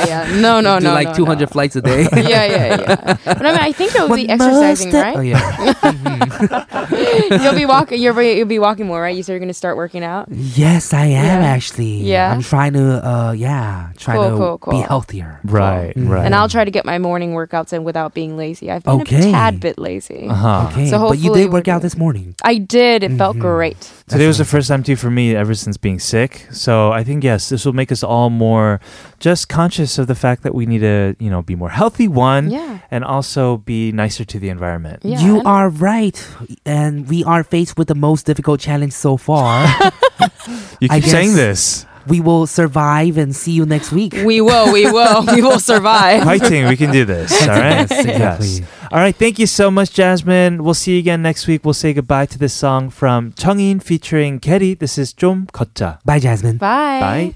Speaker 4: yeah. No, no,
Speaker 2: do
Speaker 4: no.
Speaker 2: like
Speaker 4: no,
Speaker 2: 200
Speaker 4: no.
Speaker 2: flights a day.
Speaker 4: yeah, yeah, yeah. But I mean, I think you'll be
Speaker 2: One
Speaker 4: exercising,
Speaker 2: must-
Speaker 4: right?
Speaker 2: Oh, yeah.
Speaker 4: You'll be walking. You'll be, you'll be walking more, right? You said you're gonna start working out.
Speaker 2: yes, I am
Speaker 4: Yeah.
Speaker 2: actually.
Speaker 4: Yeah.
Speaker 2: I'm trying to, uh, yeah, trying
Speaker 4: Cool,
Speaker 2: to
Speaker 4: cool, cool.
Speaker 2: be healthier. Mm.
Speaker 1: Right, right.
Speaker 4: And I'll try to get my morning workouts in without being lazy. I've been
Speaker 2: Okay. Uh-huh.
Speaker 4: a tad bit lazy.
Speaker 1: Huh.
Speaker 2: Uh, Okay,
Speaker 4: So
Speaker 2: but you
Speaker 4: hopefully
Speaker 2: did work
Speaker 4: we're
Speaker 2: out
Speaker 4: good.
Speaker 2: this morning.
Speaker 4: I did. It
Speaker 2: Mm-hmm.
Speaker 4: felt great.
Speaker 1: Today was the first time too for me ever since being sick. So I think yes, this will make us all more just conscious of the fact that we need to, you know, be more healthy one
Speaker 4: Yeah.
Speaker 1: and also be nicer to the environment.
Speaker 4: Yeah.
Speaker 2: you
Speaker 4: and-
Speaker 2: are right, and we are faced with the most difficult challenge so far.
Speaker 1: You
Speaker 2: I
Speaker 1: keep saying
Speaker 2: guess-
Speaker 1: this.
Speaker 2: we will survive and see you next week.
Speaker 4: We will. We will. we will survive.
Speaker 1: Fighting, we can do this. All right.
Speaker 2: Yes, exactly.
Speaker 1: All right. Thank you so much, Jasmine. We'll see you again next week. We'll say goodbye to this song from Chungin featuring Kerry. This is 좀 걷자.
Speaker 2: Bye, Jasmine.
Speaker 4: Bye.
Speaker 1: Bye.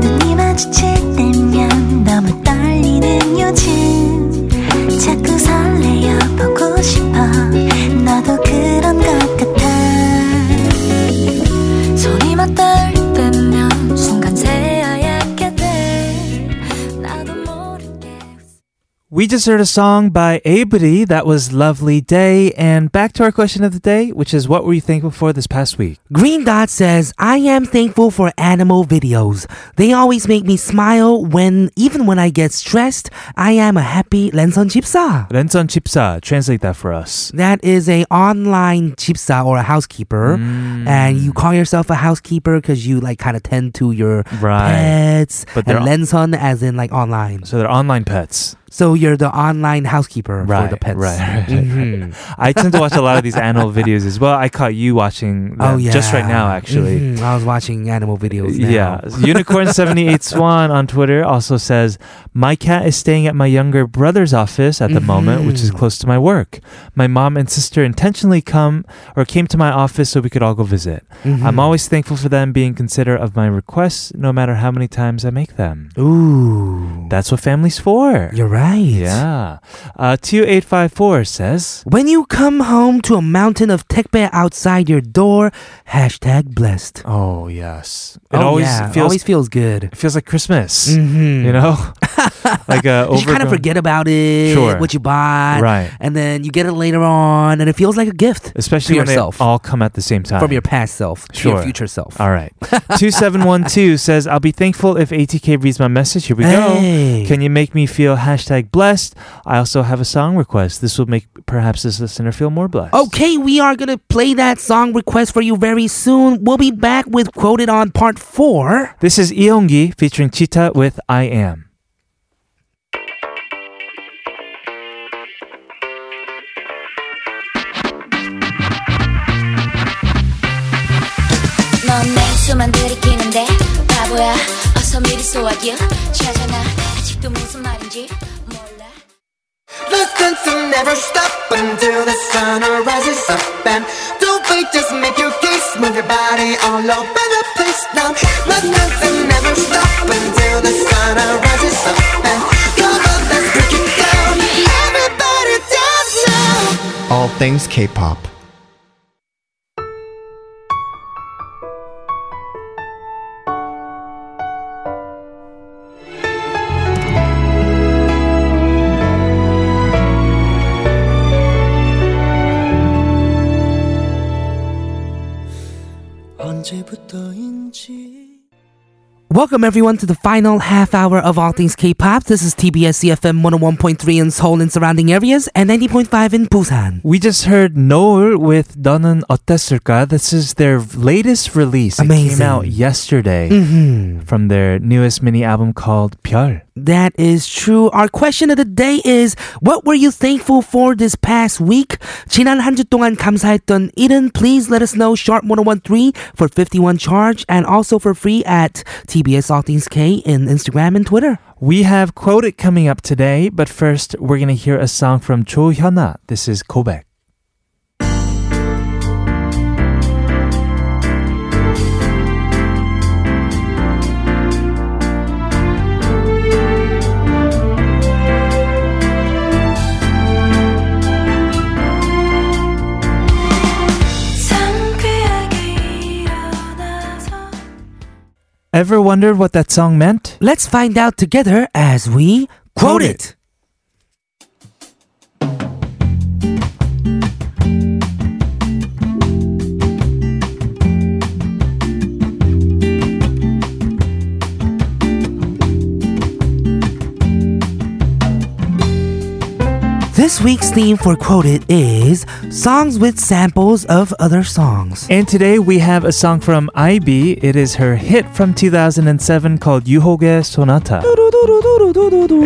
Speaker 7: 눈이 마주칠 때면 너무 떨리는 요즘 자꾸 설레어 보고 싶어 너도 그런 것 같아 손이 맞닿을 때면 순간 새하얗게 돼 나도 모르게
Speaker 1: We just heard a song by Abody. That was Lovely Day. And back to our question of the day, which is what were you thankful for this past week?
Speaker 2: Green Dot says, I am thankful for animal videos. They always make me smile when, even when I get stressed, I am a happy 랜선 집사.
Speaker 1: 랜선 집사, translate that for us.
Speaker 2: That is a online chipsa or a housekeeper,
Speaker 1: Mm.
Speaker 2: and you call yourself a housekeeper because you like kind of tend to your
Speaker 1: Right.
Speaker 2: pets
Speaker 1: But
Speaker 2: and
Speaker 1: they're-
Speaker 2: lenson as in like online.
Speaker 1: So they're online pets.
Speaker 2: So you're the online housekeeper
Speaker 1: Right.
Speaker 2: for the pets.
Speaker 1: Right. right, right.
Speaker 2: Mhm.
Speaker 1: I tend to watch a lot of these animal videos as well. I caught you watching them
Speaker 2: Oh yeah.
Speaker 1: just right now, actually.
Speaker 2: Mhm. I was watching animal videos. Now.
Speaker 1: Yeah. Unicorn78Swan on Twitter also says, My cat is staying at my younger brother's office
Speaker 2: Mm-hmm.
Speaker 1: at the moment, which is close to my work. My mom and sister intentionally come or came to my office so we could all go visit.
Speaker 2: Mm-hmm.
Speaker 1: I'm always thankful for them being considerate of my requests, no matter how many times I make them.
Speaker 2: Ooh.
Speaker 1: That's what family's for.
Speaker 2: You're right.
Speaker 1: Yeah. Uh, 2854 says,
Speaker 2: When you come home to a mountain of tekbe outside your door, hashtag blessed.
Speaker 1: Oh, yes. It
Speaker 2: Oh,
Speaker 1: always
Speaker 2: yeah.
Speaker 1: feels
Speaker 2: always feels good.
Speaker 1: it feels like Christmas.
Speaker 2: Mhm.
Speaker 1: You know? like uh
Speaker 2: You kind
Speaker 1: overgrown-
Speaker 2: of forget about it,
Speaker 1: Sure.
Speaker 2: what you bought,
Speaker 1: Right.
Speaker 2: and then you get it later on, and it feels like a gift
Speaker 1: Especially
Speaker 2: to
Speaker 1: when
Speaker 2: yourself
Speaker 1: they all come at the same time.
Speaker 2: from your past self to your
Speaker 1: Sure.
Speaker 2: future self.
Speaker 1: all right. 2712 says, I'll be thankful if ATK reads my message. Here we
Speaker 2: Hey.
Speaker 1: go. Can you make me feel hashtag blessed? I also have a song request. This will make perhaps this listener feel more blessed.
Speaker 2: Okay, we are going to play that song request for you very soon. We'll be back with Quoted on Part 4.
Speaker 1: This is Eongi featuring Chita with I Am.
Speaker 7: 넌 냉수만 들이키는데 바보야 어서 미리 소화기 찾아나 아직도 무슨 말인지 몰라
Speaker 8: Listen to never stop until the sun rises up and don't wait, just make your case, move your body all over the place now. Listen to never stop until the sun rises up and come on, let's break it down. Everybody dance now. All things K-pop.
Speaker 5: 언제부터인지
Speaker 2: Welcome everyone to the final half hour of All Things K-pop. This is TBS CFM 101.3 in Seoul and surrounding areas and 90.5 in Busan.
Speaker 1: We just heard Noel with 너는 어땠을까? This is their latest release. It
Speaker 2: Amazing. Mm.
Speaker 1: came out yesterday from their newest mini album called 별.
Speaker 2: That is true. Our question of the day is what were you thankful for this past week? 지난 한 주 동안 감사했던 일은 please let us know sharp 1013 for 51 charge and also for free at TBS All Things K in Instagram and Twitter.
Speaker 1: We have quoted coming up today, but first we're gonna hear a song from Cho Hyuna. This is 고백.
Speaker 7: 상쾌하게 일어나서
Speaker 1: Ever wondered what that song meant?
Speaker 2: Let's find out together as we quote
Speaker 1: Quote
Speaker 2: it. This week's theme for Quoted is songs with samples of other songs.
Speaker 1: And today we have a song from IB. It is her hit from 2007 called 유혹의 Sonata.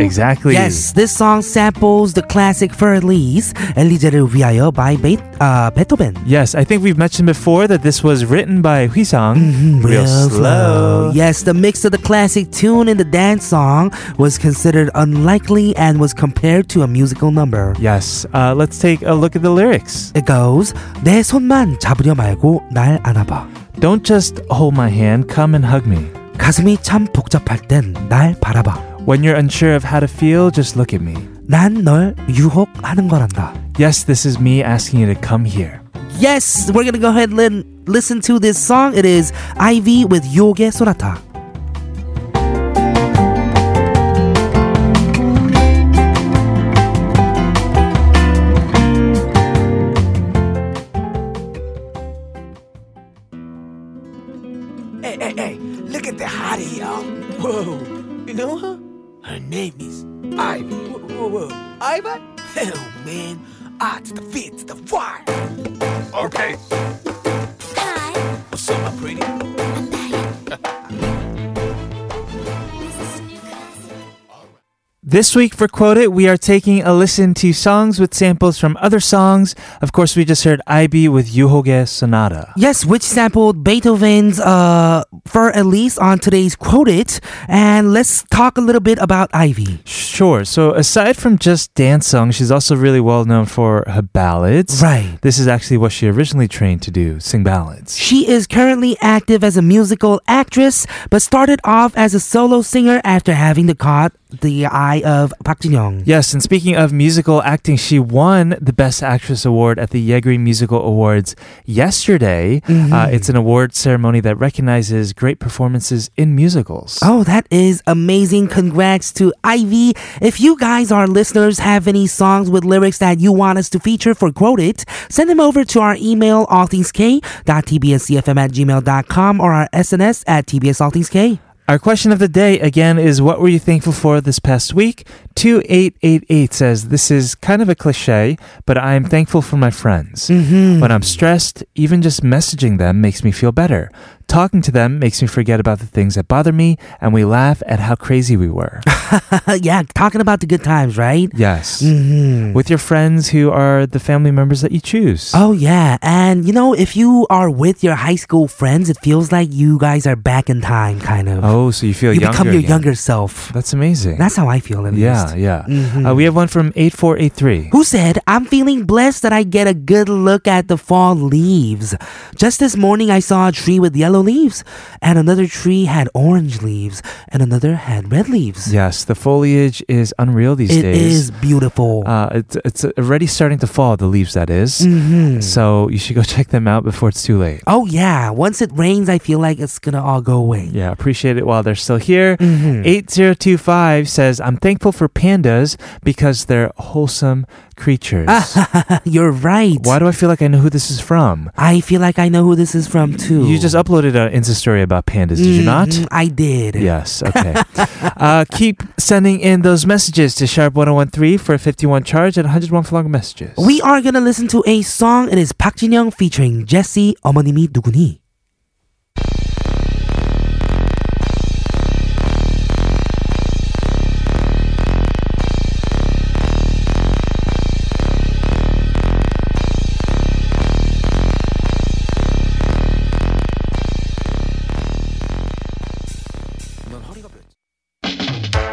Speaker 1: Exactly.
Speaker 2: Yes, this song samples the classic for Elise, 엘리제를 위하여 by Be- uh, Beethoven.
Speaker 1: Yes, I think we've mentioned before that this was written by Huisang. Real slow.
Speaker 2: Yes, the mix of the classic tune and the dance song was considered unlikely and was compared to a musical number.
Speaker 1: Yes. Uh, let's take a look at the lyrics.
Speaker 2: It goes, 내 손만 잡으려 말고 날 안아봐.
Speaker 1: Don't just hold my hand, come and hug me.
Speaker 2: 가슴이 참 복잡할 땐 날 바라봐.
Speaker 1: When you're unsure of how to feel, just look at me.
Speaker 2: 난 널 유혹하는 거란다.
Speaker 1: Yes, this is me asking you to come here.
Speaker 2: Yes, we're gonna go ahead and listen to this song. It is Ivy with 유혹의 소나타.
Speaker 5: Hey, hey, hey, look at the hottie, y'all. Whoa. You know her? Her name is Ivy. Whoa, whoa, whoa. Ivy? Hell, man. I to the fit to the fire. Okay.
Speaker 7: Hi,
Speaker 5: What's up, my pretty?
Speaker 7: I'm back. this is new classic.
Speaker 1: This week for Quote It, we are taking a listen to songs with samples from other songs. Of course, we just heard IB with Yuhoge Sonata.
Speaker 2: Yes, which sampled Beethoven's uh, Fur Elise on today's Quoted. And let's talk a little bit about Ivy.
Speaker 1: Sure. So, aside from just dance songs, she's also really well known for her ballads.
Speaker 2: Right.
Speaker 1: This is actually what she originally trained to do sing ballads.
Speaker 2: She is currently active as a musical actress, but started off as a solo singer after having the caught the eye of Park Jin Young.
Speaker 1: Yes, and speaking of musical acting, she won the Best Actress Award at the Yeggeri Musical Awards yesterday. Uh,
Speaker 2: Mm-hmm.
Speaker 1: it's an award ceremony that recognizes great performances in musicals.
Speaker 2: Oh, that is amazing. Congrats to Ivy. If you guys, our listeners, have any songs with lyrics that you want us to feature for Quoted, send them over to our email, allthingsk.tbscfm at gmail.com or our SNS at tbsallthingsk.
Speaker 1: Our question of the day again is what were you thankful for this past week? 2888 says, This is kind of a cliche, but I am thankful for my friends.
Speaker 2: Mm-hmm.
Speaker 1: When I'm stressed, even just messaging them makes me feel better. Talking to them makes me forget about the things that bother me, and we laugh at how crazy we were.
Speaker 2: yeah, talking about the good times, right?
Speaker 1: yes.
Speaker 2: Mm-hmm.
Speaker 1: With your friends who are the family members that you choose.
Speaker 2: Oh, yeah. And, you know, if you are with your high school friends, it feels like you guys are back in time, kind of.
Speaker 1: Oh, so you feel
Speaker 2: you
Speaker 1: younger.
Speaker 2: become your
Speaker 1: again.
Speaker 2: younger self.
Speaker 1: That's amazing.
Speaker 2: That's how I feel, at
Speaker 1: yeah,
Speaker 2: least. Mm-hmm.
Speaker 1: yeah. Uh, we have one from 8483.
Speaker 2: Who said, I'm feeling blessed that I get a good look at the fall leaves. Just this morning, I saw a tree with yellow leaves, and another tree had orange leaves, and another had red leaves.
Speaker 1: Yes, the foliage is unreal these
Speaker 2: It
Speaker 1: days.
Speaker 2: is beautiful.
Speaker 1: Uh, it's, it's already starting to fall, the leaves, that is.
Speaker 2: Mm.
Speaker 1: So you should go check them out before it's too late.
Speaker 2: Mm-hmm. oh, yeah. Once it rains, I feel like it's going to all go away. Mm. Mm-hmm.
Speaker 1: Yeah, appreciate it while they're still here. 8025 says, I'm thankful for pandas because they're wholesome creatures.
Speaker 2: You're Ah, right.
Speaker 1: Why do I feel like I know who this is from?
Speaker 2: I feel like I know who this is from too.
Speaker 1: You just uploaded an Insta story about pandas, did you not?
Speaker 2: Mhm, I did.
Speaker 1: Yes. Okay. uh, keep sending in those messages to sharp 1013 for a 51 charge and 101 for longer messages.
Speaker 2: We are gonna listen to a song. It is Park Jin Young featuring Jesse. 어머님이 누구니?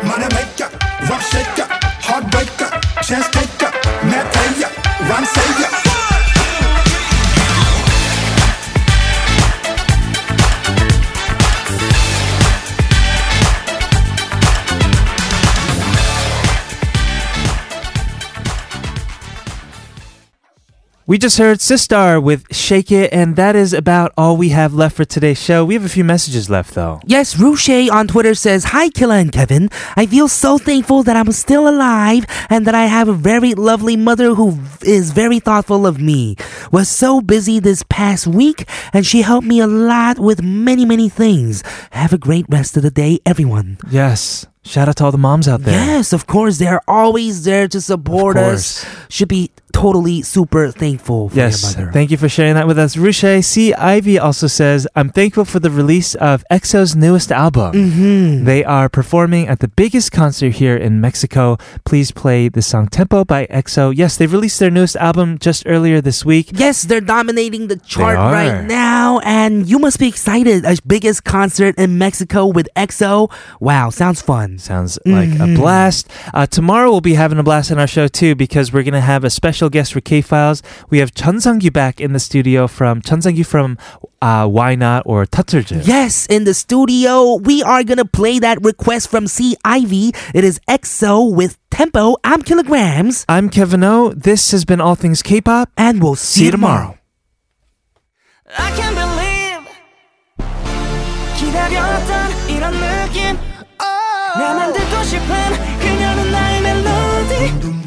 Speaker 9: money maker, rough shaker, heartbreaker, chance taker, mad player, rhyme savior.
Speaker 1: We just heard Sistar with Shake It, and that is about all we have left for today's show. We have a few messages left, though.
Speaker 2: Yes, Ruche on Twitter says, Hi, Killa and Kevin. I feel so thankful that I'm still alive and that I have a very lovely mother who is very thoughtful of me. Was so busy this past week and she helped me a lot with many, many things. Have a great rest of the day, everyone.
Speaker 1: Yes. Shout out to all the moms out there.
Speaker 2: Yes, of course. They're always there to support
Speaker 1: Of
Speaker 2: us. Should be totally super thankful for
Speaker 1: Yes,
Speaker 2: your mother.
Speaker 1: thank you for sharing that with us. Ruche C. Ivy also says, I'm thankful for the release of EXO's newest album.
Speaker 2: Hmm.
Speaker 1: Mm-hmm. They are performing at the biggest concert here in Mexico. Please play the song Tempo by EXO. Yes, they released their newest album just earlier this week.
Speaker 2: Yes, they're dominating the chart
Speaker 1: are.
Speaker 2: right now, and you must be excited. A biggest concert in Mexico with EXO. Wow, sounds fun.
Speaker 1: Sounds like a blast. Uh, tomorrow we'll be having a blast on our show too because we're going to have a special guest for K Files. We have Chun Sung Yu back in the studio from Chun Sung Yu from uh, Why Not or Tatsurju.
Speaker 2: Yes, in the studio, we are gonna play that request from C. Ivy. It is EXO with Tempo. I'm Kilograms,
Speaker 1: I'm Kevin O. This has been All Things K pop.
Speaker 2: and we'll see,
Speaker 1: See you tomorrow.
Speaker 8: I can't believe 기다렸던 이런 느낌 oh. 내 만들고 싶은 그녀는 나의 멜로디